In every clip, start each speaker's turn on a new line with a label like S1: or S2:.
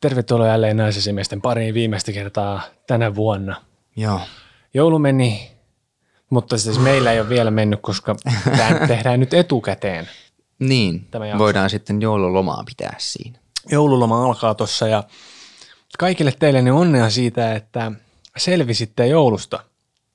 S1: Tervetuloa jälleen naisesimiesten pariin viimeistä kertaa tänä vuonna.
S2: Joo.
S1: Joulu meni, mutta siis meillä ei ole vielä mennyt, koska tämä tehdään nyt etukäteen.
S2: Niin,
S1: Tämä jakso.
S2: voidaan sitten joululomaa pitää siinä.
S1: Joululoma alkaa tuossa ja kaikille teille niin onnea siitä, että selvisitte joulusta,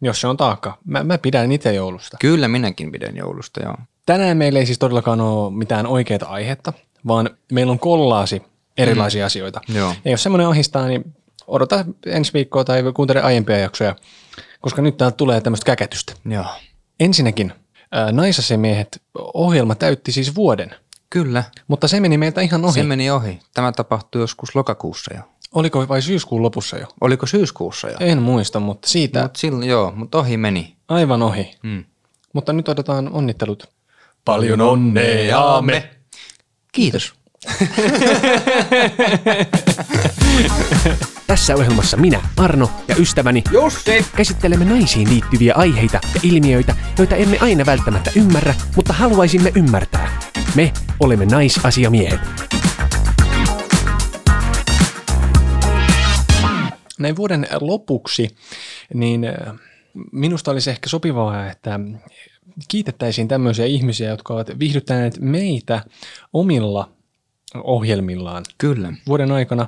S1: jos se on taakka. Mä, mä pidän itse joulusta.
S2: Kyllä minäkin pidän joulusta, joo.
S1: Tänään meillä ei siis todellakaan ole mitään oikeaa aihetta, vaan meillä on kollaasi erilaisia asioita.
S2: Joo.
S1: Ja jos semmoinen ahistaa, niin odota ensi viikkoa tai kuuntele aiempia jaksoja, koska nyt täältä tulee tämmöistä käkätystä.
S2: Joo.
S1: Ensinnäkin ää, Naisasemiehet ohjelma täytti siis vuoden,
S2: Kyllä,
S1: mutta se meni meiltä ihan ohi.
S2: se
S1: Se me...
S2: meni ohi. Tämä tapahtui joskus lokakuussa jo.
S1: Oliko vai syyskuun lopussa jo?
S2: Oliko syyskuussa jo?
S1: En muista, mutta siitä
S2: Mut silloin, joo, mutta ohi meni.
S1: aivan ohi.
S2: Mm.
S1: Mutta nyt odotetaan onnittelut.
S2: Paljon onneamme. Kiitos.
S3: Tässä ohjelmassa minä, Arno ja ystäväni
S1: niin.
S3: Jussi käsittelemme naisiin liittyviä aiheita ja ilmiöitä, joita emme aina välttämättä ymmärrä, mutta haluaisimme ymmärtää. Me olemme naisasiamiehet.
S1: Näin vuoden lopuksi, niin äh, minusta olisi ehkä sopivaa, että kiitettäisiin tämmöisiä ihmisiä, jotka ovat viihdyttäneet meitä omilla ohjelmillaan
S2: Kyllä.
S1: vuoden aikana.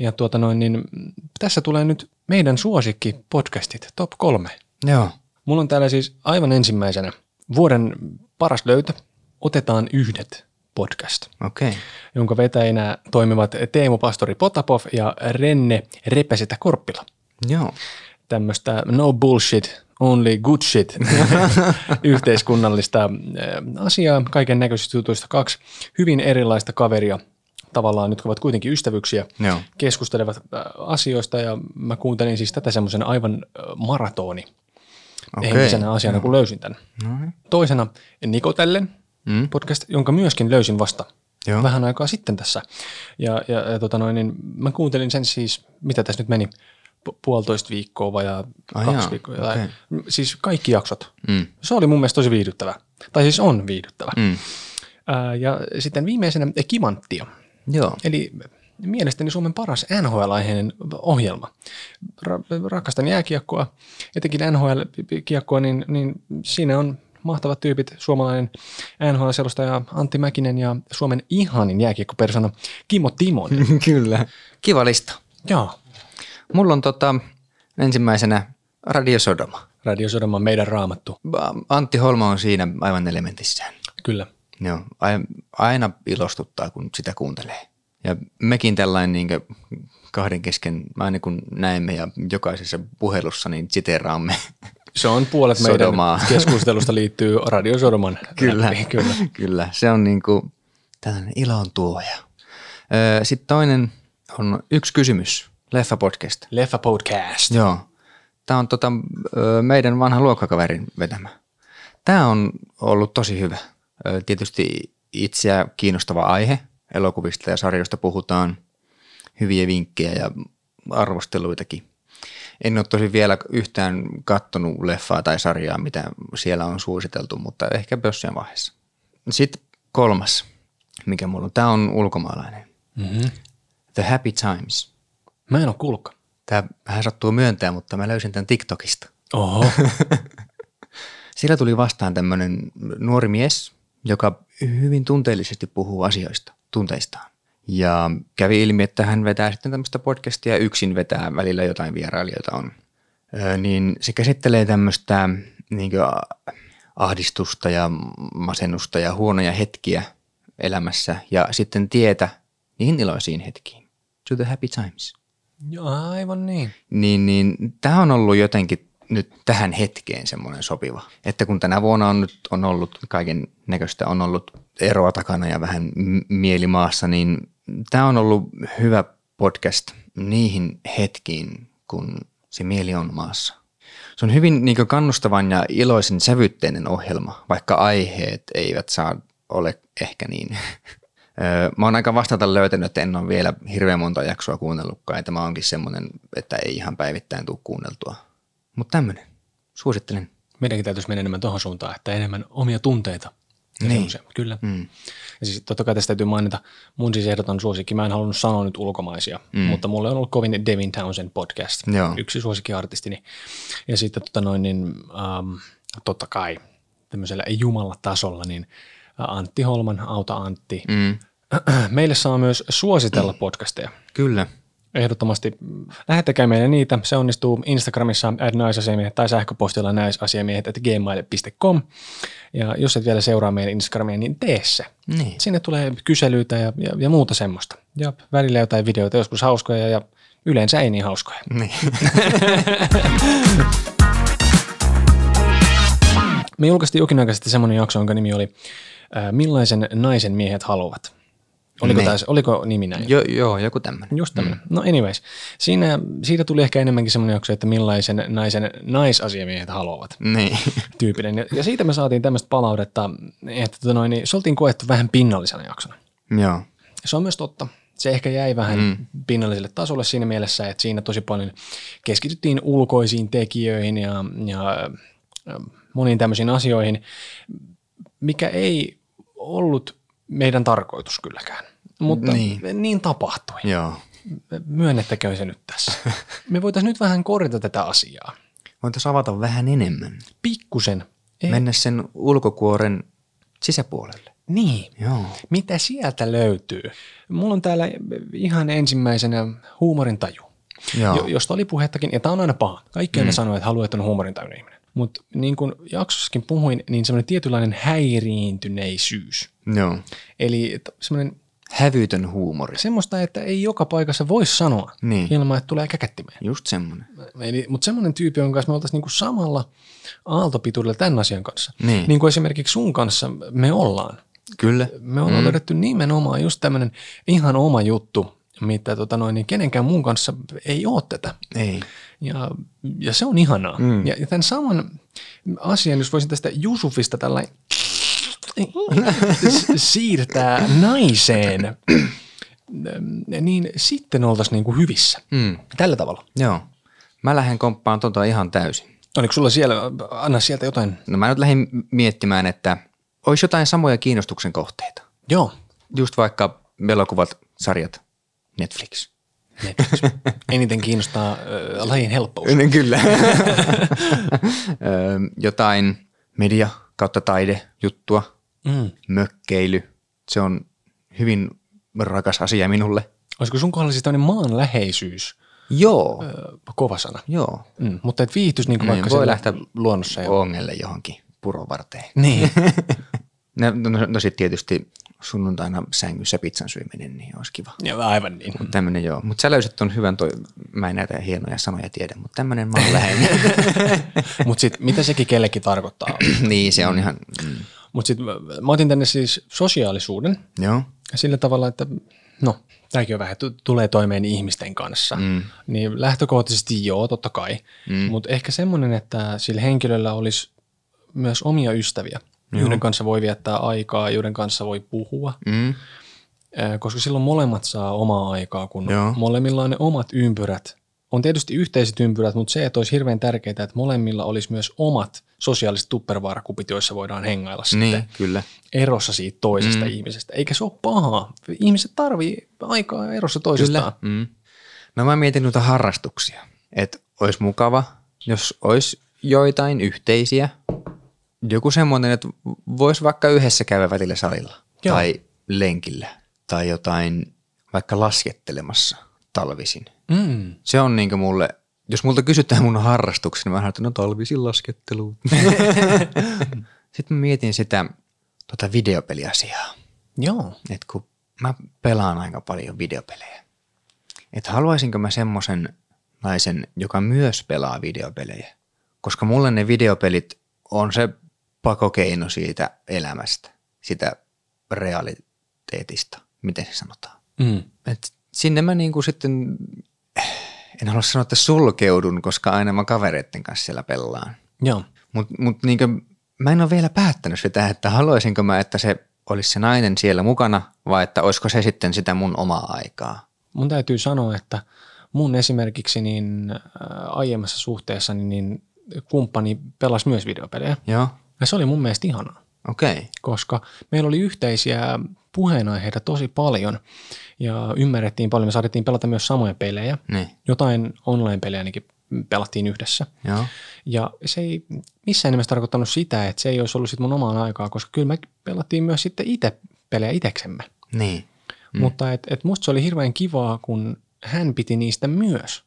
S1: Ja tuota noin, niin mm, tässä tulee nyt meidän suosikki podcastit, top kolme.
S2: Joo.
S1: Mulla on täällä siis aivan ensimmäisenä vuoden paras löytö, otetaan yhdet podcast,
S2: Okei. Okay.
S1: jonka vetäjinä toimivat Teemu Pastori Potapov ja Renne Repesetä Korppila
S2: Joo.
S1: tämmöistä no bullshit, only good shit yhteiskunnallista eh, asiaa, kaiken näköisistä jutuista kaksi hyvin erilaista kaveria tavallaan, jotka ovat kuitenkin ystävyyksiä,
S2: Joo.
S1: keskustelevat eh, asioista ja mä kuuntelin siis tätä semmoisen aivan eh, maratoni okay.
S2: Okei.
S1: henkisenä asiana, kun löysin tämän.
S2: No niin.
S1: Toisena Nikotellen
S2: Mm.
S1: podcast, jonka myöskin löysin vasta
S2: Joo.
S1: vähän aikaa sitten tässä. Ja, ja, ja tota noin, niin mä kuuntelin sen siis, mitä tässä nyt meni, pu- puolitoista viikkoa vajaa
S2: Ai
S1: kaksi
S2: jaa,
S1: viikkoa. jotain.
S2: okei.
S1: M- Siis kaikki jaksot.
S2: Mm.
S1: Se oli mun mielestä tosi viihdyttävä. Tai siis on viihdyttävä.
S2: Mm.
S1: Ää, ja sitten viimeisenä Kimanttia.
S2: Joo.
S1: Eli mielestäni Suomen paras NHL-aiheinen ohjelma. Ra- rakastan jääkiekkoa, etenkin NHL-kiekkoa, niin, niin siinä on mahtavat tyypit, suomalainen NHL-selostaja Antti Mäkinen ja Suomen ihanin jääkiekkopersona Kimmo Timonen.
S2: Kyllä. Kiva lista.
S1: Joo,
S2: Mulla on tota, ensimmäisenä Radio Sodoma.
S1: Radio Sodoma meidän raamattu,
S2: Ba- Antti Holma on siinä aivan elementissään.
S1: kyllä.
S2: Joo, ai- aina ilostuttaa, kun sitä kuuntelee. Ja mekin tällainen niin kahden kesken, aina kun näemme ja jokaisessa puhelussa, niin siteraamme.
S1: Se on puolet meidän
S2: Sodomaa.
S1: keskustelusta liittyy Radio Sodoman läpi, kyllä.
S2: Kyllä, se on niin kuin tällainen ilon tuoja. Öö, Sitten toinen on yksi kysymys, Leffa Podcast.
S1: Leffa Podcast.
S2: Joo. Tämä on tota, ö, meidän vanhan luokkakaverin vetämä. Tämä on ollut tosi hyvä. Ö, Tietysti itseä kiinnostava aihe. Elokuvista ja sarjoista puhutaan. Hyviä vinkkejä ja arvosteluitakin. En ole tosi vielä yhtään kattonut leffaa tai sarjaa, mitä siellä on suositeltu, mutta ehkä jossain vaiheessa. Sitten kolmas, mikä mulla on. Tämä on ulkomaalainen.
S1: Mm-hmm.
S2: The Happy Times.
S1: Mä en ole kuullutkaan.
S2: Tämä vähän sattuu myöntää, mutta mä löysin tämän TikTokista.
S1: Oho,
S2: Sillä tuli vastaan tämmöinen nuori mies, joka hyvin tunteellisesti puhuu asioista, tunteistaan. Ja kävi ilmi, että hän vetää sitten tämmöistä podcastia ja yksin vetää välillä jotain vierailijoita on. Ö, niin se käsittelee tämmöistä niin ahdistusta ja masennusta ja huonoja hetkiä elämässä ja sitten tietä niihin iloisiin hetkiin. To the happy times
S1: Joo, aivan niin.
S2: niin, niin tämä on ollut jotenkin nyt tähän hetkeen semmoinen sopiva. Että kun tänä vuonna on nyt on ollut kaiken näköistä, on ollut eroa takana ja vähän m- mieli maassa, niin tämä on ollut hyvä podcast niihin hetkiin, kun se mieli on maassa. Se on hyvin niin kannustavan ja iloisen sävytteinen ohjelma, vaikka aiheet eivät saa ole ehkä niin. Öö, Mä oon aika vastata löytänyt, että en ole vielä hirveän monta jaksoa kuunnellutkaan. ja Tämä onkin semmoinen, että ei ihan päivittäin tule kuunneltua. Mutta tämmöinen. Suosittelen.
S1: Meidänkin täytyisi mennä enemmän tuohon suuntaan, että enemmän omia tunteita Ja
S2: Niin.
S1: niin. se on se, kyllä. Mm.
S2: Mm.
S1: Ja siis totta kai tästä täytyy mainita, mun siis ehdoton suosikki, mä en halunnut sanoa nyt ulkomaisia, mm. mutta mulle on ollut kovin Devin Townsend podcast,
S2: Joo.
S1: yksi suosikkiartistini. Ja sitten tota noin, niin, ähm, totta kai tämmöisellä jumalatasolla, niin Antti Holman, Auta Antti.
S2: Mm.
S1: Meille saa myös suositella podcasteja.
S2: Kyllä.
S1: Ehdottomasti mm, lähettäkää meille niitä. Se onnistuu Instagramissa at naisasiamiehet tai sähköpostilla naisasiamiehet at gmail.com. Ja jos et vielä seuraa meidän Instagramia, niin tee se.
S2: Niin.
S1: Sinne tulee kyselyitä ja, ja, ja muuta semmoista. Ja välillä jotain videoita, joskus hauskoja ja yleensä ei niin hauskoja.
S2: Niin.
S1: Me julkaistiin jokin aika sitten semmoinen jakso, jonka nimi oli äh, Millaisen naisen miehet haluavat. Oliko,
S2: Niin.
S1: taas, oliko nimi näin?
S2: jo, joo, joku tämmöinen.
S1: Just tämmöinen. Mm. No anyways, siinä, siitä tuli ehkä enemmänkin semmoinen jakso, että millaisen naisen naisasiamiehet haluavat
S2: Niin.
S1: tyyppinen. Ja, ja siitä me saatiin tämmöistä palautetta, että tota noin, niin se oltiin koettu vähän pinnallisena jaksona.
S2: joo.
S1: Ja se on myös totta. Se ehkä jäi vähän mm. pinnalliselle tasolle siinä mielessä, että siinä tosi paljon keskityttiin ulkoisiin tekijöihin ja, ja äh, moniin tämmöisiin asioihin, mikä ei ollut meidän tarkoitus kylläkään. Mutta
S2: Niin.
S1: niin, niin tapahtui
S2: Joo.
S1: myönnettäköön se nyt tässä. Me voitaisiin nyt vähän korjata tätä asiaa.
S2: Voitaisiin avata vähän enemmän.
S1: Pikkusen. Ei.
S2: Mennä sen ulkokuoren sisäpuolelle.
S1: Niin.
S2: Joo.
S1: Mitä sieltä löytyy? Mulla on täällä ihan ensimmäisenä huumorintaju,
S2: Joo.
S1: jo, josta oli puhettakin, ja tämä on aina paha. Kaikki aina mm. sanoo, että haluaa, että on huumorintajuinen ihminen. Mutta niin kuin jaksossakin puhuin, niin semmoinen tietynlainen häiriintyneisyys.
S2: joo.
S1: Eli t- semmoinen
S2: Hävytön huumori.
S1: semmoista, että ei joka paikassa voi sanoa
S2: Niin.
S1: ilman, että tulee käkättimeen.
S2: Just semmoinen.
S1: Eli, mutta semmoinen tyyppi, jonka kanssa me oltaisiin niinku samalla aaltopituudella tämän asian kanssa.
S2: Niin.
S1: niin kuin esimerkiksi sun kanssa me ollaan.
S2: Kyllä.
S1: Me ollaan mm. löydetty nimenomaan just tämmöinen ihan oma juttu, mitä tota noin, niin kenenkään muun kanssa ei ole tätä.
S2: Ei.
S1: Ja, ja se on ihanaa. Mm. Ja, ja tämän saman asian, jos voisin tästä Jusufista tällä s- siirtää naiseen, niin sitten oltaisiin niinku hyvissä. Mm. Tällä tavalla.
S2: Joo. Mä lähden komppaan tota ihan täysin.
S1: Oliko sulla siellä, anna sieltä jotain.
S2: No mä nyt lähdin miettimään, että olisi jotain samoja kiinnostuksen kohteita.
S1: Joo.
S2: Just vaikka elokuvat, sarjat, Netflix.
S1: Netflix. Eniten kiinnostaa äh, lajin helppous.
S2: No Kyllä. Ö, jotain media kautta taidejuttua,
S1: Mm.
S2: mökkeily. Se on hyvin rakas asia minulle.
S1: Olisiko sun kohdalla siis tämmöinen maanläheisyys
S2: Joo,
S1: äh, kova sana?
S2: joo.
S1: Mm. Mutta et viihtyisi niinku
S2: Niin,
S1: vaikka
S2: voi
S1: siellä
S2: lähteä
S1: luonnossa. Ja...
S2: Ongelle johonkin purovarteen.
S1: Niin.
S2: No, no, no sitten tietysti sunnuntaina sängyssä pitsan syöminen, niin olisi kiva.
S1: ja aivan niin.
S2: Tämmöinen joo. Mutta sä löysit tuon hyvän, toi, mä en näitä hienoja sanoja tiedä, mutta tämmöinen mä oon läheinen.
S1: Mutta sitten mitä sekin kellekin tarkoittaa?
S2: niin, se on ihan, mm,
S1: Mutta sitten mä otin tänne siis sosiaalisuuden
S2: joo.
S1: sillä tavalla, että no, tämäkin on vähän, t- tulee toimeen ihmisten kanssa. Mm. Niin lähtökohtaisesti joo, totta kai. Mm. Mutta ehkä semmoinen, että sillä henkilöllä olisi myös omia ystäviä, joo. joiden kanssa voi viettää aikaa, joiden kanssa voi puhua.
S2: Mm,
S1: Äh, koska silloin molemmat saa omaa aikaa, kun
S2: Joo.
S1: Joo. molemmilla on ne omat ympyrät. On tietysti yhteiset ympyrät, mutta se, että olisi hirveän tärkeää, että molemmilla olisi myös omat sosiaaliset tuppervaarakupit, joissa voidaan hengailla
S2: niin,
S1: sitten
S2: kyllä.
S1: erossa siitä toisesta mm. ihmisestä. Eikä se ole pahaa. Ihmiset tarvii aikaa erossa toisistaan.
S2: Mm. No mä mietin noita harrastuksia, että olisi mukava, jos olisi joitain yhteisiä. Joku semmoinen, että voisi vaikka yhdessä käydä välillä salilla
S1: Joo.
S2: tai lenkillä tai jotain vaikka laskettelemassa talvisin.
S1: Mm.
S2: Se on niinku mulle, jos multa kysytään mun harrastuksia, niin mä sanon, että no talvisin lasketteluun. Sitten mä mietin sitä tota videopeliasiaa
S1: Joo.
S2: että kun mä pelaan aika paljon videopelejä, että haluaisinko mä semmoisen naisen, joka myös pelaa videopelejä, koska mulle ne videopelit on se pakokeino siitä elämästä, sitä realiteetista, miten se sanotaan.
S1: Mm.
S2: Et sinne mä niinku sitten, en halua sanoa, että sulkeudun, koska aina mä kavereitten kanssa siellä pelaan.
S1: Joo.
S2: Mutta mut niinku, mä en ole vielä päättänyt sitä, että haluaisinko mä, että se olisi se nainen siellä mukana vai että olisiko se sitten sitä mun omaa aikaa.
S1: Mun täytyy sanoa, että mun esimerkiksi niin äh, aiemmassa suhteessa niin, niin kumppani pelasi myös videopelejä.
S2: Joo.
S1: Ja se oli mun mielestä ihanaa.
S2: Okei. Okay.
S1: koska meillä oli yhteisiä puheenaiheita tosi paljon ja ymmärrettiin paljon. Me saatiin pelata myös samoja pelejä.
S2: Niin.
S1: Jotain online-pelejä ainakin pelattiin yhdessä.
S2: Joo.
S1: Ja se ei missään nimessä tarkoittanut sitä, että se ei olisi ollut sit mun omaan aikaa, koska kyllä me pelattiin myös sitten itse pelejä iteksemme.
S2: Niin.
S1: Mm. Mutta et, et musta se oli hirveän kivaa, kun hän piti niistä myös.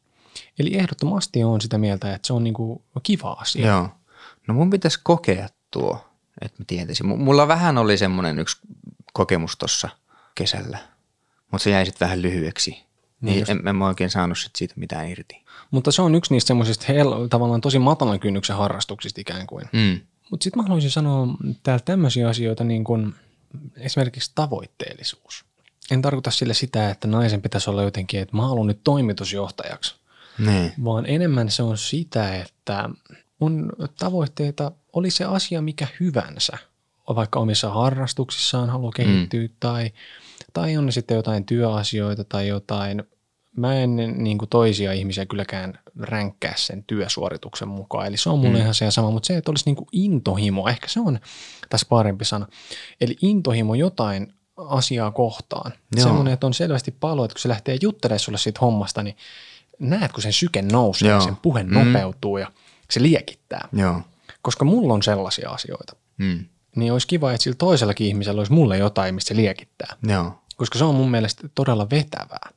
S1: Eli ehdottomasti on sitä mieltä, että se on niinku kiva asia.
S2: Joo. No mun pitäisi kokea tuo, että mä tietäisin. M- Mulla vähän oli semmoinen yksi kokemus tuossa kesällä, mutta se jäi sitten vähän lyhyeksi. Niin en, en mä oikein saanut sit siitä mitään irti.
S1: Mutta se on yksi niistä semmoisista hel- tavallaan tosi matalan kynnyksen harrastuksista ikään kuin.
S2: Mm.
S1: Mutta sitten mä haluaisin sanoa täällä tämmöisiä asioita, niin kuin esimerkiksi tavoitteellisuus. En tarkoita sillä sitä, että naisen pitäisi olla jotenkin, että mä haluan nyt toimitusjohtajaksi,
S2: Niin.
S1: vaan enemmän se on sitä, että mun tavoitteita oli se asia mikä hyvänsä, vaikka omissa harrastuksissaan haluaa kehittyä mm. tai, tai on ne sitten jotain työasioita tai jotain. Mä en niin kuin toisia ihmisiä kylläkään ränkkää sen työsuorituksen mukaan, eli se on mulle mm. ihan se ja sama, mutta se, että olisi niin kuin intohimo, ehkä se on tässä parempi sana, eli intohimo jotain asiaa kohtaan.
S2: Joo.
S1: Semmoinen, että on selvästi palo, että kun se lähtee juttelemaan sulle siitä hommasta, niin näet, kun sen syke nousee,
S2: Joo.
S1: Joo. sen puhe
S2: Mm.
S1: nopeutuu ja se liekittää.
S2: Joo.
S1: Koska mulla on sellaisia asioita,
S2: Mm.
S1: niin olisi kiva, että sillä toisellakin ihmisellä olisi mulle jotain, mistä se liekittää.
S2: Joo.
S1: Koska se on mun mielestä todella vetävää.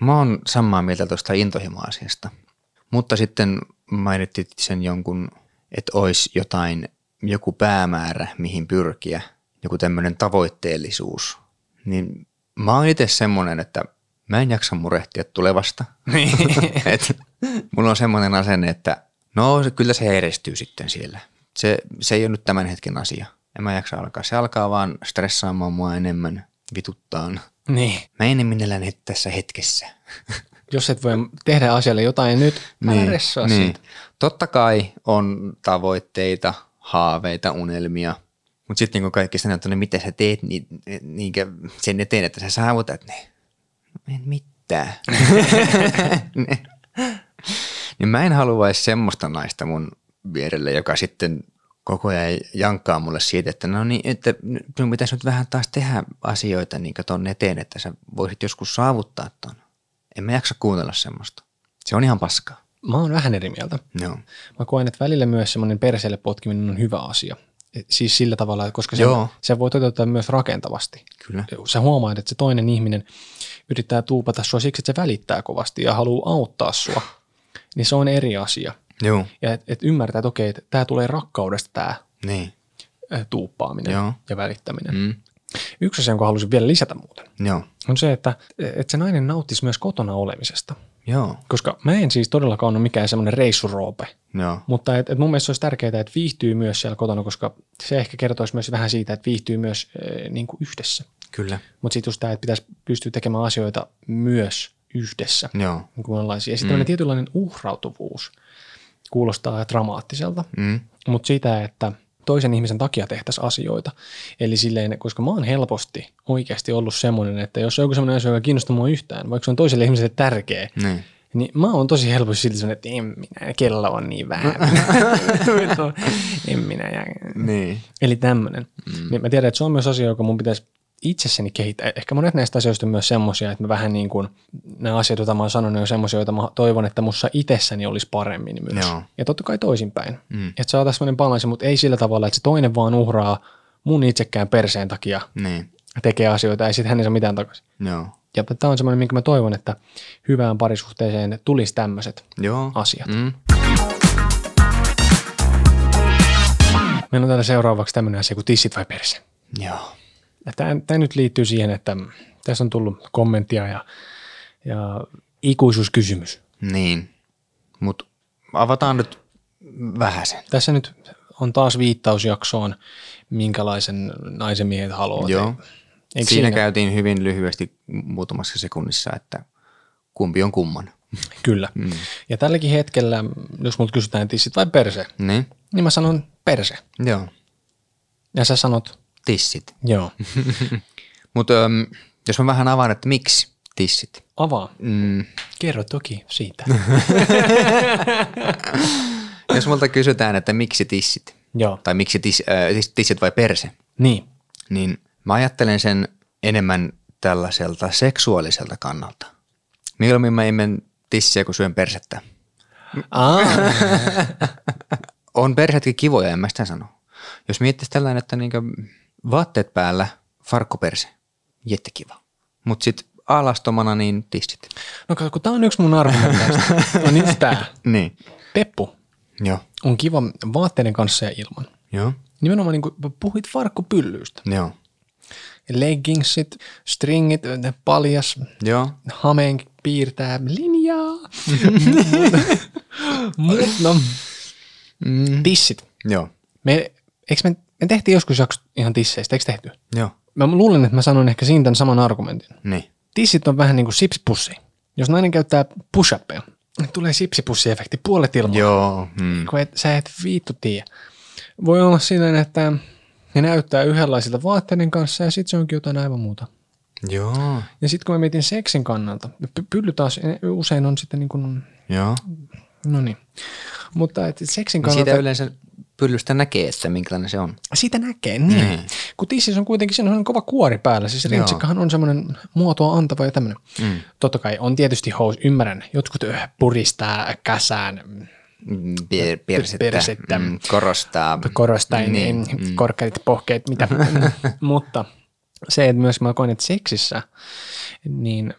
S2: Mä oon samaa mieltä tuosta intohimo-asiasta. Mutta sitten mainittiin sen jonkun, että olisi jotain, joku päämäärä, mihin pyrkiä, joku tämmöinen tavoitteellisuus. Niin mä oon itse semmoinen, että mä en jaksa murehtia tulevasta. Et mulla on semmoinen asenne, että no se- kyllä se järjestyy sitten siellä. Se, se ei ole nyt tämän hetken asia. En mä jaksa alkaa. Se alkaa vaan stressaamaan mua enemmän, vituttaan.
S1: Niin.
S2: Mä enemmän elän het- tässä hetkessä.
S1: Jos et voi tehdä asialle jotain nyt, mä niin. stressaa niin. siitä.
S2: Totta kai on tavoitteita, haaveita, unelmia, mutta sitten niin kaikki sanoo, että no mitä sä teet ni, niinkä sen eteen, että sä saavutat ne. No En mitään. Ne. niin mä en haluaisi semmoista naista mun vierelle, joka sitten koko ajan jankkaa mulle siitä, että no niin, että nyt sun pitäisi nyt vähän taas tehdä asioita niin ton eteen, että sä voisit joskus saavuttaa ton. En mä jaksa kuunnella semmoista. Se on ihan paskaa.
S1: Mä oon vähän eri mieltä.
S2: Joo.
S1: Mä koen, että välillä myös semmoinen perseelle potkiminen on hyvä asia. Et Siis sillä tavalla, koska se,
S2: Joo.
S1: se voi toteuttaa myös rakentavasti. E,
S2: Kyllä.
S1: Sä huomaat, että se toinen ihminen yrittää tuupata sua siksi, että se välittää kovasti ja haluaa auttaa sua. Niin se on eri asia.
S2: Joo.
S1: Ja että et ymmärtää, että okei, että tämä tulee rakkaudesta tämä
S2: Niin.
S1: tuuppaaminen
S2: Joo.
S1: Joo. ja välittäminen.
S2: Mm.
S1: Yksi asia, jonka haluaisin vielä lisätä muuten,
S2: Joo.
S1: on se, että, että se nainen nauttisi myös kotona olemisesta.
S2: Joo.
S1: Koska mä en siis todellakaan ole mikään semmoinen reissuroope,
S2: Joo.
S1: mutta et, et mun mielestä se olisi tärkeää, että viihtyy myös siellä kotona, koska se ehkä kertoisi myös vähän siitä, että viihtyy myös äh, niin kuin yhdessä.
S2: Kyllä.
S1: Mutta sitten just tämä, että pitäisi pystyä tekemään asioita myös yhdessä.
S2: Joo.
S1: Niin kuin Ja sitten mm. tietynlainen uhrautuvuus kuulostaa dramaattiselta,
S2: Mm.
S1: mutta sitä, että toisen ihmisen takia tehtäisiin asioita. Eli silleen, koska mä oon helposti oikeasti ollut semmoinen, että jos on joku semmoinen asia, joka kiinnostaa mua yhtään, vaikka se on toiselle ihmiselle tärkeä,
S2: Niin.
S1: niin mä oon tosi helposti silti semmoinen, että en minä, kello on niin vähän. en minä. Ja...
S2: Niin.
S1: Eli tämmöinen. Mm. Niin mä tiedän, että se on myös asia, joka mun pitäisi itsessäni kehittää. E- Ehkä monet näistä asioista on myös semmoisia, että mä vähän niin kuin, nämä asiat, joita mä oon sanonut, on semmoisia, joita mä toivon, että mussa itsessäni olisi paremmin myös.
S2: Joo.
S1: Ja totta kai toisinpäin.
S2: Mm.
S1: Mm. Että saataisiin semmoinen balanssi, mutta ei sillä tavalla, että se toinen vaan uhraa mun itsekään perseen takia
S2: Niin.
S1: tekee asioita, ei sitten hän ei saa mitään takaisin.
S2: Joo.
S1: Ja tämä on semmoinen, minkä mä toivon, että hyvään parisuhteeseen tulisi tämmöiset
S2: Joo.
S1: asiat.
S2: Mm.
S1: Meillä on täällä seuraavaksi tämmöinen asia kuin tissit vai perse.
S2: Joo.
S1: Tämä, tämä nyt liittyy siihen, että tässä on tullut kommenttia ja, ja ikuisuuskysymys.
S2: Niin. Mut avataan nyt vähäsen.
S1: Tässä nyt on taas viittausjaksoon, minkälaisen naisen miehet haluaa.
S2: Joo.
S1: Eikö
S2: Siinä,
S1: siinä?
S2: siinä käytiin hyvin lyhyesti muutamassa sekunnissa, että kumpi on kumman.
S1: Kyllä. Mm. Ja tälläkin hetkellä, jos multa kysytään tissit vai perse,
S2: Niin.
S1: niin mä sanon perse.
S2: Joo.
S1: Ja sä sanot,
S2: Tissit.
S1: joo,
S2: Mutta jos mä vähän avaan, että miksi tissit?
S1: avaa.
S2: Mm.
S1: Kerro toki siitä.
S2: Jos multa kysytään, että miksi tissit,
S1: Joo.
S2: tai miksi tis, äh, tis, tissit vai perse,
S1: Niin.
S2: niin mä ajattelen sen enemmän tällaiselta seksuaaliselta kannalta. Mieluummin mä immen tissiä, kun syön persettä.
S1: Aa,
S2: On persetkin kivoja, en mä sitä sano. Jos miettisi tällainen, että niinku vaatteet päällä, farkkuperse, jette kiva. Mutta sitten alastomana niin tissit.
S1: no kato, kun tää on yksi mun argumenteista. On just tää.
S2: Niin.
S1: Peppu
S2: Joo.
S1: on kiva vaatteiden kanssa ja ilman.
S2: Joo.
S1: Nimenomaan niin kuin puhuit farkkupyllyistä.
S2: Joo.
S1: Leggingsit, stringit, ne paljas,
S2: Joo.
S1: hameen piirtää linjaa. Mutta no,
S2: Mm.
S1: tissit.
S2: Joo.
S1: Me, eikö me, me tehtiin joskus jakso ihan tisseistä, eikö tehty?
S2: Joo.
S1: Mä luulen, että mä sanoin ehkä siinä tämän saman argumentin.
S2: Niin.
S1: Tissit on vähän niin kuin sipsipussi. Jos nainen käyttää push tulee sipsipussiefekti puolet ilmaa.
S2: Joo. Mm.
S1: kun et, sä et viittu tiedä. Voi olla silleen, että ne näyttää yhdenlaisilta vaatteiden kanssa ja sitten se onkin jotain aivan muuta.
S2: Joo.
S1: Ja sitten kun mä mietin seksin kannalta, py- pylly taas e, usein on sitten niin kuin,
S2: Joo.
S1: no niin. Mutta et seksin
S2: Niin
S1: kannalta,
S2: siitä
S1: siitä,
S2: yleensä pyllystä näkee, että minkälainen se on.
S1: siitä näkee, niin. Mm. Kun tississä on kuitenkin siinä on kova kuori päällä, siis rintsikkahan on semmoinen muotoa antava ja tämmöinen. Mm. Totta kai on tietysti hous, ymmärrän, jotkut ö, puristaa käsään,
S2: Mm, pier- Persettä,
S1: Persettä.
S2: Mm, korostaa.
S1: korostain niin, mm. korkeat pohkeet, mitä. Mutta se, että myös mä koen, että seksissä, niin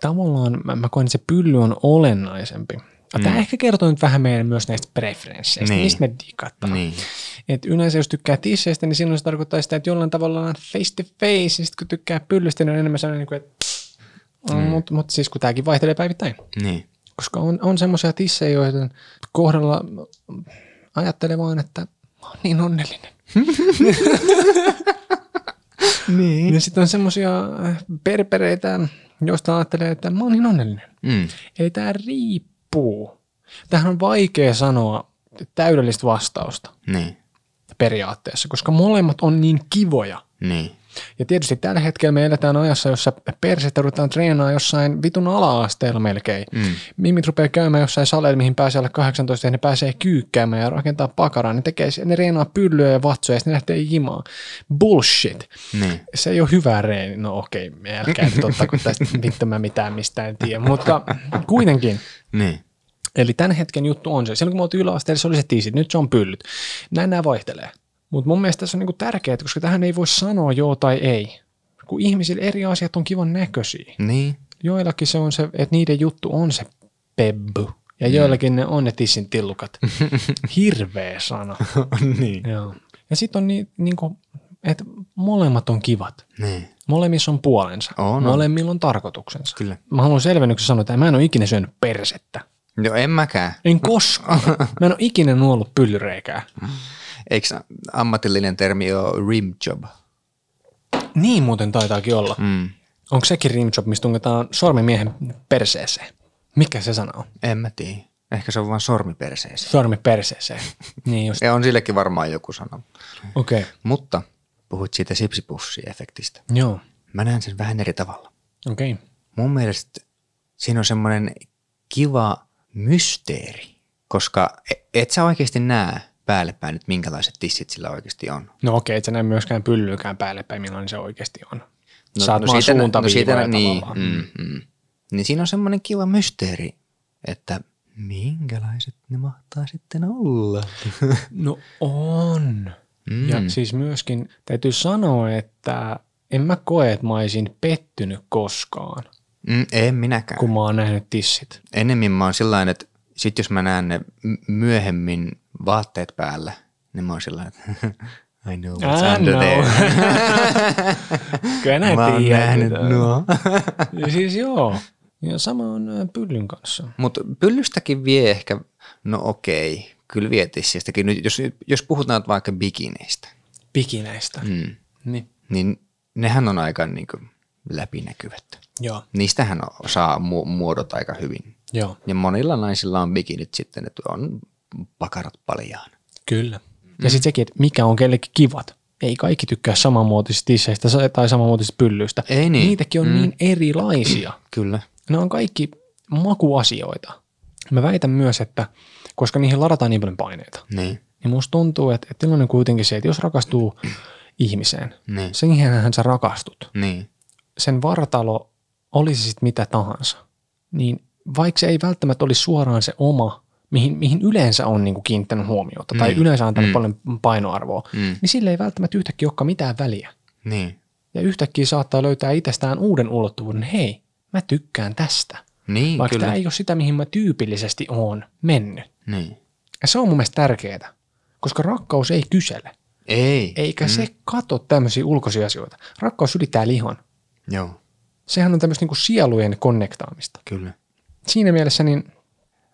S1: tavallaan mä, mä koen, että se pylly on olennaisempi. Mm. Tämä ehkä kertoo nyt vähän meidän myös näistä preferensseistä,
S2: Niin.
S1: niin. mistä me digataan. Niin.
S2: Niin.
S1: Et yleensä jos tykkää tisseistä, niin silloin se tarkoittaa sitä, että jollain tavalla on face to face, ja sitten kun tykkää pyllystä, niin on enemmän sellainen, niin kuin, että mm. mutta mut siis kun tämäkin vaihtelee päivittäin
S2: Niin.
S1: koska on, on semmoisia tissejä, joiden kohdalla ajattelee vaan, että mä oon niin onnellinen.
S2: Niin.
S1: Ja sitten on semmoisia perpereitä, joista ajattelee, että mä oon niin onnellinen.
S2: Mm.
S1: Eli tämä riippuu. Tähän on vaikea sanoa täydellistä vastausta
S2: Niin.
S1: periaatteessa, koska molemmat on niin kivoja.
S2: Niin.
S1: Ja tietysti tällä hetkellä me eletään ajassa, jossa persettä ruvetaan treenaa jossain vitun ala-asteella melkein. Mm. Mimit rupeaa käymään jossain saleilla, mihin pääsee alle 18 ja ne pääsee kyykkäämään ja rakentaa pakaraa. Ne, tekee, ne reenaa pyllyä ja vatsoja ja sitten ne lähtee jimaan. Bullshit.
S2: Niin.
S1: Se ei ole hyvä reeni. No okei, okay, älkää nyt ottaa, kun tästä vittu mä mitään mistään en tiedä. Mutta kuitenkin.
S2: Niin.
S1: Eli tämän hetken juttu on se. Silloin kun me oltiin yläasteella, se oli se tiisit, nyt se on pyllyt. Näin nämä vaihtelee. Mutta mun mielestä tässä on niinku tärkeää, koska tähän ei voi sanoa joo tai ei. Kun ihmisillä eri asiat on kivan näköisiä.
S2: Niin.
S1: Joillakin se on se, että niiden juttu on se pebbu. Ja
S2: Mm.
S1: joillakin ne on ne tissin tillukat. Hirveä sana.
S2: niin.
S1: Joo. Ja sitten on ni, niinku, että molemmat on kivat.
S2: Niin.
S1: Molemmissa on puolensa.
S2: On, on.
S1: Molemmilla on tarkoituksensa.
S2: Kyllä.
S1: Mä haluan selvennyksen sanoa, että mä en ole ikinä syönyt persettä.
S2: No en mäkään.
S1: En koskaan. Mä en ole ikinä nuollut pyllyreikää.
S2: Eikö ammatillinen termi ole rim job?
S1: Niin muuten taitaakin olla.
S2: Mm.
S1: Onko sekin rimjob, missä tungetaan sormimiehen perseeseen? Mikä se sana on?
S2: En mä tiedä. Ehkä se on vaan sormiperseeseen.
S1: Sormi perseeseen. Niin just.
S2: Ja on sillekin varmaan joku sana.
S1: Okei. Okay.
S2: Mutta puhuit siitä sipsipussi-efektistä.
S1: Joo.
S2: Mä näen sen vähän eri tavalla.
S1: Okei. Okay.
S2: Mun mielestä siinä on semmoinen kiva mysteeri, koska e- et sä oikeasti näe päälle päin, että minkälaiset tissit sillä oikeasti on.
S1: No okei, okay, et sä näe myöskään pyllyykään päälle päin, millainen se oikeasti on.
S2: No,
S1: No, Saat no, vaan
S2: siitä nä-
S1: suuntaviivoja
S2: siitä nä- niin,
S1: tavallaan.
S2: mm, mm. niin siinä on semmoinen kiva mysteeri, että minkälaiset ne mahtaa sitten olla.
S1: No on. Mm. Ja siis myöskin täytyy sanoa, että en mä koe, että mä olisin pettynyt koskaan,
S2: Mm, en minäkään.
S1: kun mä oon nähnyt tissit.
S2: enemmän mä oon sillä että sit jos mä näen ne m- myöhemmin vaatteet päällä, niin mä oon sillä että I know what's
S1: I
S2: under
S1: know.
S2: there.
S1: Ah, no. Kyllä
S2: Mä
S1: näin
S2: oon nähnyt nuo.
S1: Ja siis joo. Ja sama on ä, pyllyn kanssa.
S2: Mutta pyllystäkin vie ehkä, no okei, kyllä vie tissistäkin. Nyt jos, jos puhutaan nyt vaikka bikineistä,
S1: Pikineistä. Mm. Niin.
S2: niin nehän on aika niin kuin läpinäkyvät.
S1: Joo.
S2: Niistähän o- saa mu- muodot aika hyvin.
S1: Joo.
S2: Ja monilla naisilla on bikinit sitten, että on pakarat paljaan.
S1: Kyllä. Ja sitten sekin, että mikä on kellekin kivat. Ei kaikki tykkää samanmuotoisista tisseistä sa- tai samanmuotoisista pyllyistä.
S2: Ei niin.
S1: Niitäkin on mm. niin erilaisia.
S2: Kyllä.
S1: Ne on kaikki makuasioita. Mä väitän myös, että koska niihin ladataan niin paljon paineita,
S2: Niin.
S1: niin musta tuntuu, että, että tilanne on kuitenkin se, että jos rakastuu ihmiseen,
S2: Niin.
S1: siihen hän sä rakastut.
S2: Niin.
S1: Sen vartalo olisi sitten mitä tahansa, niin vaikka se ei välttämättä olisi suoraan se oma, mihin, mihin yleensä on niin kuin kiinnittänyt huomiota tai
S2: Mm.
S1: yleensä antanut
S2: Mm.
S1: paljon painoarvoa,
S2: Mm.
S1: niin sille ei välttämättä yhtäkkiä olekaan mitään väliä.
S2: Niin.
S1: Ja yhtäkkiä saattaa löytää itsestään uuden ulottuvuuden, hei, mä tykkään tästä.
S2: Niin,
S1: Vaikka
S2: kyllä.
S1: tämä ei ole sitä, mihin mä tyypillisesti oon mennyt.
S2: Niin.
S1: Ja se on mun mielestä tärkeää, koska rakkaus ei kysele,
S2: Ei.
S1: eikä mm. se kato tämmöisiä ulkoisia asioita. Rakkaus ylittää lihon.
S2: Joo,
S1: Sehän on tämmöistä niinku sielujen konnektaamista.
S2: kyllä.
S1: Siinä mielessä niin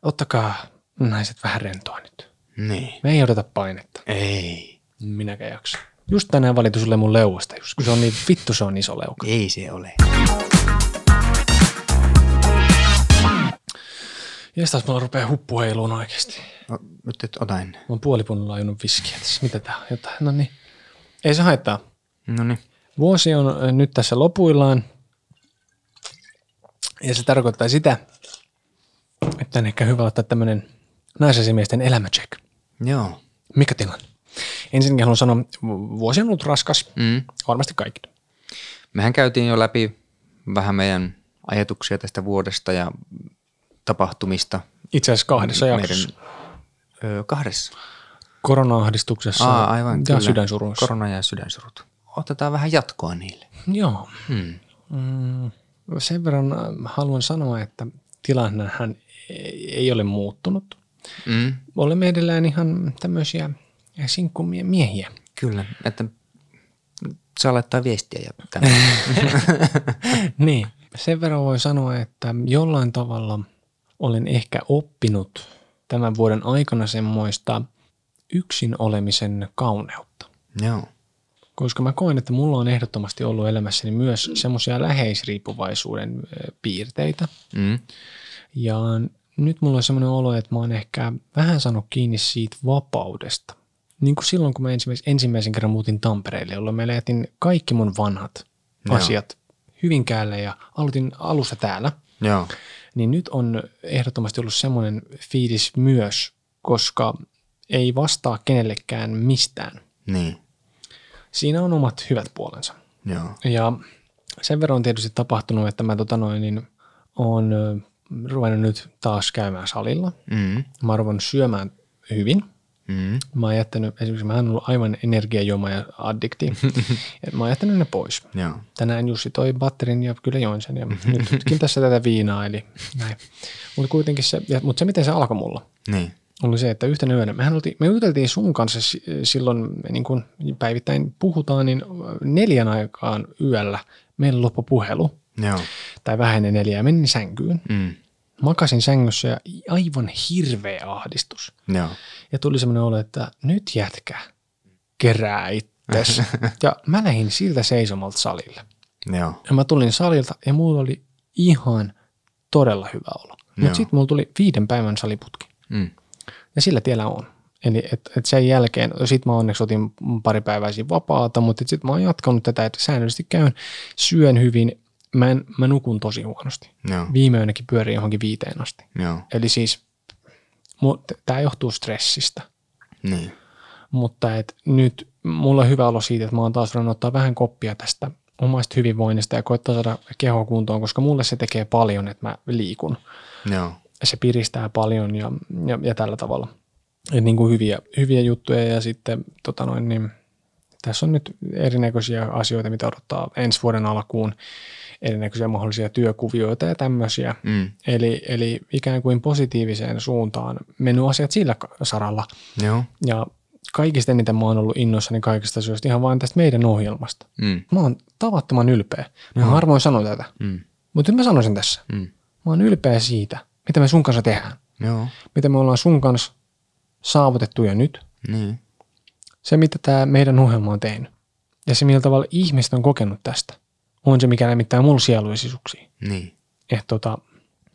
S1: ottakaa naiset vähän rentoa nyt.
S2: Niin.
S1: Me ei odota painetta.
S2: Ei.
S1: Minäkään jaksa. Just tänään valitu sulle mun leuasta, just kun se on niin vittu se on iso leuka.
S2: Ei se ole.
S1: Ja taas mulla rupeaa huppuheiluun oikeasti.
S2: O, nyt et ota ennen.
S1: Mä oon puolipunnolla ajunut viskiä tässä. Mitä tää on? Jotain. No niin. Ei se haittaa.
S2: No niin.
S1: Vuosi on ö, nyt tässä lopuillaan. Ja se tarkoittaa sitä, että on ehkä hyvä ottaa tämmöinen naisasimiesten elämächeck.
S2: Joo.
S1: Mikä tilanne? Ensinnäkin haluan sanoa, vu- vuosi on ollut raskas.
S2: Mm.
S1: Varmasti kaikki.
S2: Mehän käytiin jo läpi vähän meidän ajatuksia tästä vuodesta ja tapahtumista.
S1: Itse asiassa kahdessa
S2: Meidän-
S1: jaksossa.
S2: Ö, kahdessa.
S1: Korona-ahdistuksessa
S2: Aa, aivan,
S1: ja
S2: kyllä.
S1: sydänsuruissa.
S2: Korona ja sydänsurut. Otetaan vähän jatkoa niille.
S1: Joo.
S2: Hmm.
S1: Mm, sen verran äh, haluan sanoa, että tilannehan ei ei ole muuttunut.
S2: Mm.
S1: Olemme edelleen ihan tämmöisiä sinkkumia miehiä.
S2: Kyllä, että saa laittaa viestiä ja tämmöistä.
S1: Niin. Sen verran voi sanoa, että jollain tavalla olen ehkä oppinut tämän vuoden aikana semmoista yksin olemisen kauneutta.
S2: Joo.
S1: Koska mä koen, että mulla on ehdottomasti ollut elämässäni myös semmoisia läheisriippuvaisuuden ö, piirteitä,
S2: Mm.
S1: Ja nyt mulla on semmoinen olo, että mä oon ehkä vähän saanut kiinni siitä vapaudesta. Niin kuin silloin, kun mä ensimmäisen, ensimmäisen kerran muutin Tampereelle, jolloin mä lähetin kaikki mun vanhat
S2: Joo.
S1: asiat Hyvinkäälle ja aloitin alusta täällä.
S2: Joo.
S1: Niin nyt on ehdottomasti ollut semmoinen fiilis myös, koska ei vastaa kenellekään mistään.
S2: Niin.
S1: Siinä on omat hyvät puolensa.
S2: Joo.
S1: Ja sen verran on tietysti tapahtunut, että mä tota noin, niin on ruvennut nyt taas käymään salilla.
S2: Mm.
S1: Mä oon ruvennut syömään hyvin.
S2: Mm.
S1: Mä oon jättänyt, esimerkiksi mä oon ollut aivan energiajuoma ja addikti. Et mä oon jättänyt ne pois.
S2: Joo.
S1: Tänään Jussi toi batterin ja kyllä join sen ja nyt nytkin tässä tätä viinaa, eli näin. Mutta kuitenkin se, ja, mut se miten se alkoi mulla,
S2: Niin.
S1: oli se, että yhtenä yönä, mehän oltiin, me juteltiin sun kanssa si- silloin, niin kun päivittäin puhutaan, niin neljän aikaan yöllä meillä loppui puhelu,
S2: Joo.
S1: tai vähän ennen neljää, menin sänkyyn.
S2: Mm.
S1: Makasin sängyssä ja aivan hirveä ahdistus.
S2: Joo.
S1: Ja tuli semmoinen olo, että nyt jätkä, kerää itses. ja mä lähdin siltä seisomalta salille.
S2: Joo.
S1: Ja mä tulin salilta ja mulla oli ihan todella hyvä olo.
S2: Joo.
S1: Mutta sitten mulla tuli viiden päivän saliputki.
S2: Mm.
S1: Ja sillä tiellä on. Eli et, et sen jälkeen, sit mä onneksi otin pari päiväisiä vapaata, mutta sitten mä oon jatkanut tätä, että säännöllisesti käyn, syön hyvin, mä, en, mä nukun tosi huonosti.
S2: Joo.
S1: Viime yönäkin pyörii johonkin viiteen asti.
S2: Joo.
S1: Eli siis, tämä johtuu stressistä.
S2: Niin.
S1: mutta et nyt mulla on hyvä olo siitä, että mä oon taas ruvennut ottaa vähän koppia tästä omasta hyvinvoinnista ja koittaa saada kehoa kuntoon, koska mulle se tekee paljon, että mä liikun.
S2: Joo.
S1: Se piristää paljon ja, ja, ja tällä tavalla. Et niin kuin hyviä, hyviä juttuja ja sitten tota noin, niin, tässä on nyt erinäköisiä asioita, mitä odottaa ensi vuoden alkuun, erinäköisiä mahdollisia työkuvioita ja tämmöisiä.
S2: Mm.
S1: Eli, eli ikään kuin positiiviseen suuntaan mennyt asiat sillä ka- saralla.
S2: Joo.
S1: Ja kaikista eniten mä oon ollut innoissani kaikista asioista ihan vain tästä meidän ohjelmasta.
S2: Mm.
S1: Mä oon tavattoman ylpeä. Mä harvoin sanon tätä,
S2: Mm.
S1: mutta nyt mä sanoisin tässä.
S2: Mm.
S1: Mä oon ylpeä siitä, mitä me sun kanssa tehdään.
S2: Joo.
S1: Mitä me ollaan sun kanssa saavutettu jo nyt.
S2: Niin.
S1: Se, mitä tämä meidän ohjelma on tehnyt. Ja se, millä tavalla ihmiset on kokenut tästä, on se, mikä lämmittää mulla sieluisisuuksia.
S2: Niin.
S1: Et tota,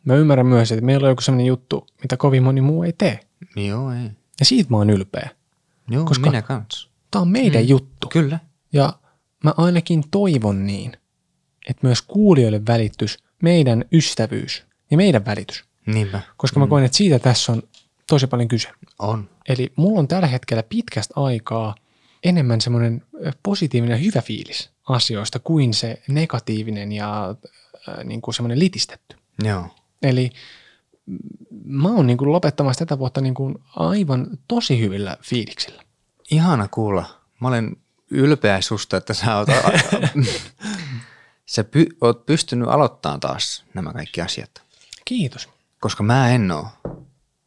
S1: mä ymmärrän myös, että meillä on joku sellainen juttu, mitä kovin moni muu ei tee.
S2: Joo, ei.
S1: Ja siitä mä oon ylpeä.
S2: Joo,
S1: Koska-
S2: Koska... minä kans.
S1: Tämä on meidän mm. juttu.
S2: Kyllä.
S1: Ja mä ainakin toivon niin, että myös kuulijoille välittyisi meidän ystävyys ja meidän välitys.
S2: Niinpä.
S1: Koska mä koen, että siitä tässä on tosi paljon kyse.
S2: On.
S1: Eli mulla on tällä hetkellä pitkästä aikaa enemmän semmoinen ö, positiivinen ja hyvä fiilis asioista kuin se negatiivinen ja äh, niin kuin semmoinen litistetty.
S2: Joo.
S1: Eli mm, mä oon niin kuin lopettamassa tätä vuotta niin kuin aivan tosi hyvillä fiiliksillä.
S2: Ihana kuulla. Mä olen ylpeä susta, että sä oot, sä py, oot pystynyt aloittamaan taas nämä kaikki asiat.
S1: Kiitos.
S2: Koska mä en oo.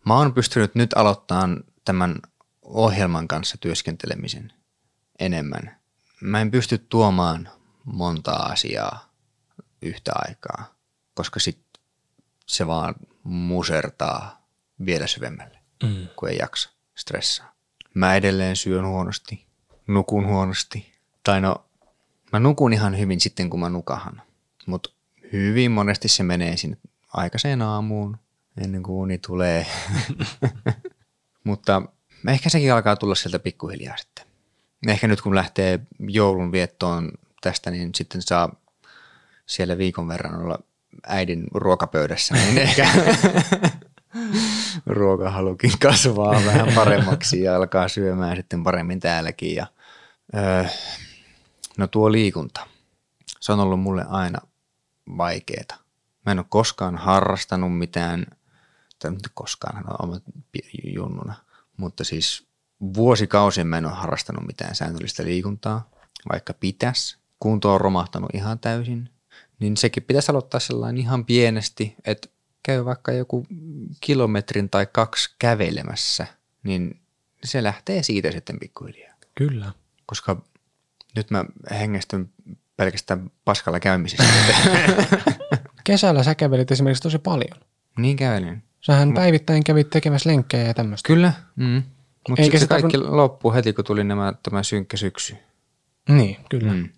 S2: Mä oon pystynyt nyt aloittamaan tämän ohjelman kanssa työskentelemisen enemmän. Mä en pysty tuomaan montaa asiaa yhtä aikaa, koska sit se vaan musertaa vielä syvemmälle, mm. kun ei jaksa stressaa. Mä edelleen syön huonosti, nukun huonosti. Tai no, mä nukun ihan hyvin sitten, kun mä nukahan. Mutta hyvin monesti se menee sinne aikaiseen aamuun, ennen kuin uni tulee. Mutta ehkä sekin alkaa tulla sieltä pikkuhiljaa sitten. Ehkä nyt kun lähtee joulun viettoon tästä, niin sitten saa siellä viikon verran olla äidin ruokapöydässä, niin ehkä ruokahalukin kasvaa vähän paremmaksi ja alkaa syömään sitten paremmin täälläkin. Ja, öö, no tuo liikunta, se on ollut mulle aina vaikeeta. Mä en ole koskaan harrastanut mitään, tai nyt koskaan, no, olen junnuna, mutta siis vuosikausin mä en ole harrastanut mitään säännöllistä liikuntaa, vaikka pitäisi. Kunto on romahtanut ihan täysin, niin sekin pitäisi aloittaa sellainen ihan pienesti, että käy vaikka joku kilometrin tai kaksi kävelemässä, niin se lähtee siitä sitten pikkuhiljaa.
S1: Kyllä.
S2: Koska nyt mä hengästyn pelkästään paskalla käymisestä.
S1: Kesällä sä kävelit esimerkiksi tosi paljon.
S2: niin kävelen.
S1: Sähän päivittäin kävit tekemässä lenkkejä ja tämmöistä.
S2: Kyllä. Mm. Mutta
S1: Eikä
S2: sitten
S1: se
S2: se kaikki loppuu heti, kun tuli nämä, tämä synkkä syksy.
S1: Niin, kyllä. Mm.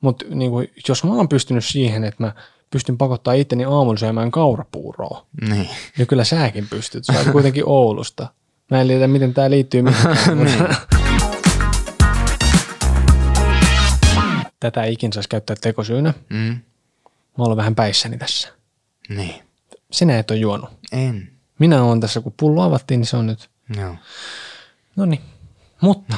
S1: Mutta niin jos mä oon pystynyt siihen, että mä pystyn pakottaa itteni aamulla syömään kaurapuuroa,
S2: Niin.
S1: niin kyllä säkin pystyt. Sä oot kuitenkin Oulusta. Mä en tiedä, miten tämä liittyy mihinkään, mutta... Tätä ei ikinä saisi käyttää tekosyynä.
S2: Mm.
S1: Mä oon vähän päissäni tässä.
S2: Niin.
S1: Sinä et ole juonut.
S2: En.
S1: Minä oon tässä, kun pullo avattiin, niin se on nyt
S2: Joo.
S1: No niin, mutta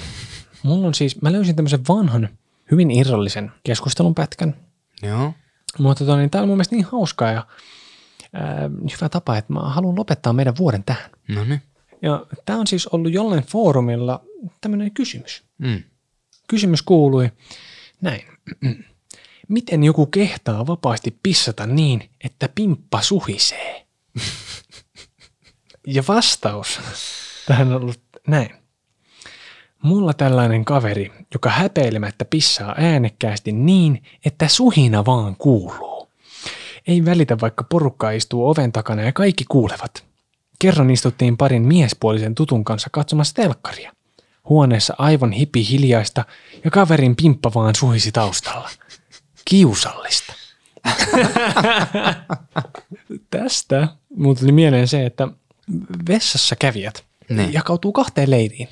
S1: mulla on siis, mä löysin tämmöisen vanhan, hyvin irrallisen keskustelun pätkän,
S2: Joo.
S1: mutta tota, niin, tämä on mun mielestä niin hauskaa ja ää, hyvä tapa, että mä haluan lopettaa meidän vuoden tähän.
S2: No niin.
S1: Ja tämä on siis ollut jollain foorumilla tämmöinen kysymys.
S2: Mm.
S1: Kysymys kuului näin. Miten joku kehtaa vapaasti pissata niin, että pimppa suhisee? Ja vastaus tähän on ollut näin. Mulla tällainen kaveri, joka häpeilemättä pissaa äänekkäästi niin, että suhina vaan kuuluu. Ei välitä, vaikka porukka istuu oven takana ja kaikki kuulevat. Kerran istuttiin parin miespuolisen tutun kanssa katsomassa telkkaria. Huoneessa aivan hipi hiljaista ja kaverin pimppa vaan suhisi taustalla. Kiusallista. Tästä mulla tuli mieleen se, että vessassa kävijät
S2: Niin.
S1: jakautuu kahteen leiriin.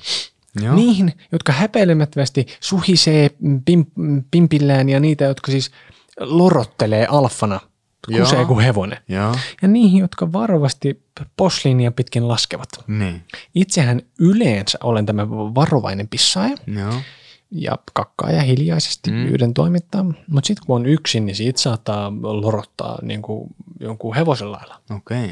S2: Joo.
S1: Niihin, jotka häpeilemättävästi suhisee pim, pimpillään ja niitä, jotka siis lorottelee alfana, kusee
S2: Joo.
S1: kuin hevonen.
S2: Joo.
S1: Ja niihin, jotka varovasti posliinia pitkin laskevat.
S2: Niin.
S1: Itsehän yleensä olen tämä varovainen pissaaja
S2: Joo.
S1: ja kakkaaja hiljaisesti mm. yhden toimittaa, mutta sitten kun on yksin, niin siitä saattaa lorottaa niin kuin jonkun hevosen lailla.
S2: Okei. Okay.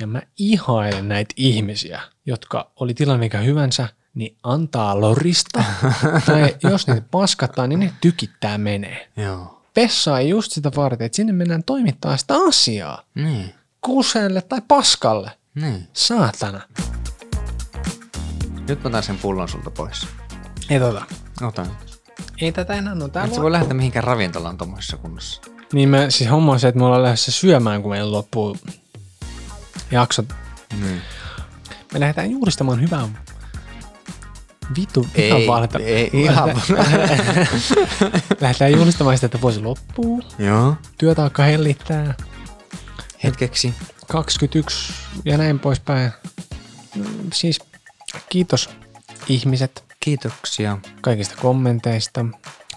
S1: Ja mä ihailen näitä ihmisiä, jotka oli tilanne mikä hyvänsä, niin antaa lorista. tai jos niitä paskataan, niin ne tykittää menee.
S2: Joo.
S1: Pessaa just sitä varten, että sinne mennään toimittaa sitä asiaa.
S2: Niin.
S1: Kuseelle tai paskalle.
S2: Niin.
S1: Saatana.
S2: Nyt mä otan sen pullon sulta pois.
S1: Ei tota.
S2: Otan.
S1: Ei tätä enää ole
S2: Et
S1: täällä.
S2: sä voi lähteä mihinkään ravintolaan tuommoisessa kunnossa.
S1: Niin mä siis homma on se, että me ollaan lähdössä syömään, kun meillä loppuu jaksot.
S2: Niin.
S1: Me lähdetään juuristamaan hyvää vitu, ihan
S2: Ei,
S1: valhetta.
S2: ei, ihan
S1: Lähdetään juuristamaan sitä, että vuosi loppuu.
S2: Joo.
S1: työtaakka hellittää,
S2: Hetkeksi.
S1: 21 ja näin poispäin. Mm, Siis kiitos ihmiset
S2: Kiitoksia.
S1: kaikista kommenteista,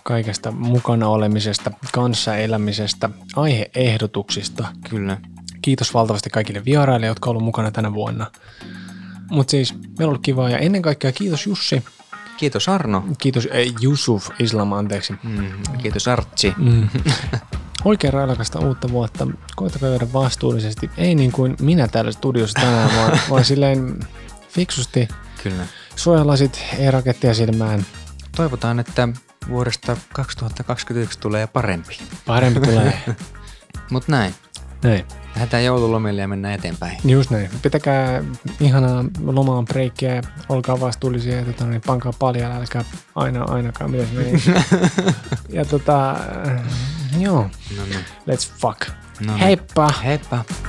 S1: kaikesta mukana olemisesta, kanssaelämisestä, aiheehdotuksista.
S2: Kyllä.
S1: Kiitos valtavasti kaikille vieraille, jotka ovat olleet mukana tänä vuonna. Mutta siis meillä on ollut kivaa ja ennen kaikkea kiitos Jussi.
S2: Kiitos Arno.
S1: Kiitos ei, Yusuf Islam, anteeksi.
S2: Mm, kiitos Artsi.
S1: Mm. Oikein railakasta uutta vuotta. Koitakaa käydä vastuullisesti. Ei niin kuin minä täällä studiossa tänään, vaan, vaan silleen fiksusti
S2: Kyllä.
S1: suojalasit, ei rakettia silmään.
S2: Toivotaan, että vuodesta 2021 tulee parempi.
S1: Parempi tulee.
S2: Mutta näin.
S1: Näin.
S2: Lähdetään joululomille ja mennään eteenpäin.
S1: Just näin. Pitäkää ihanaa lomaan breikkiä, olkaa vastuullisia ja tota, niin pankaa paljon, älkää aina ainakaan, mitä se meni. ja tota, äh, joo,
S2: No, no.
S1: let's fuck.
S2: No niin.
S1: Heippa!
S2: Heippa.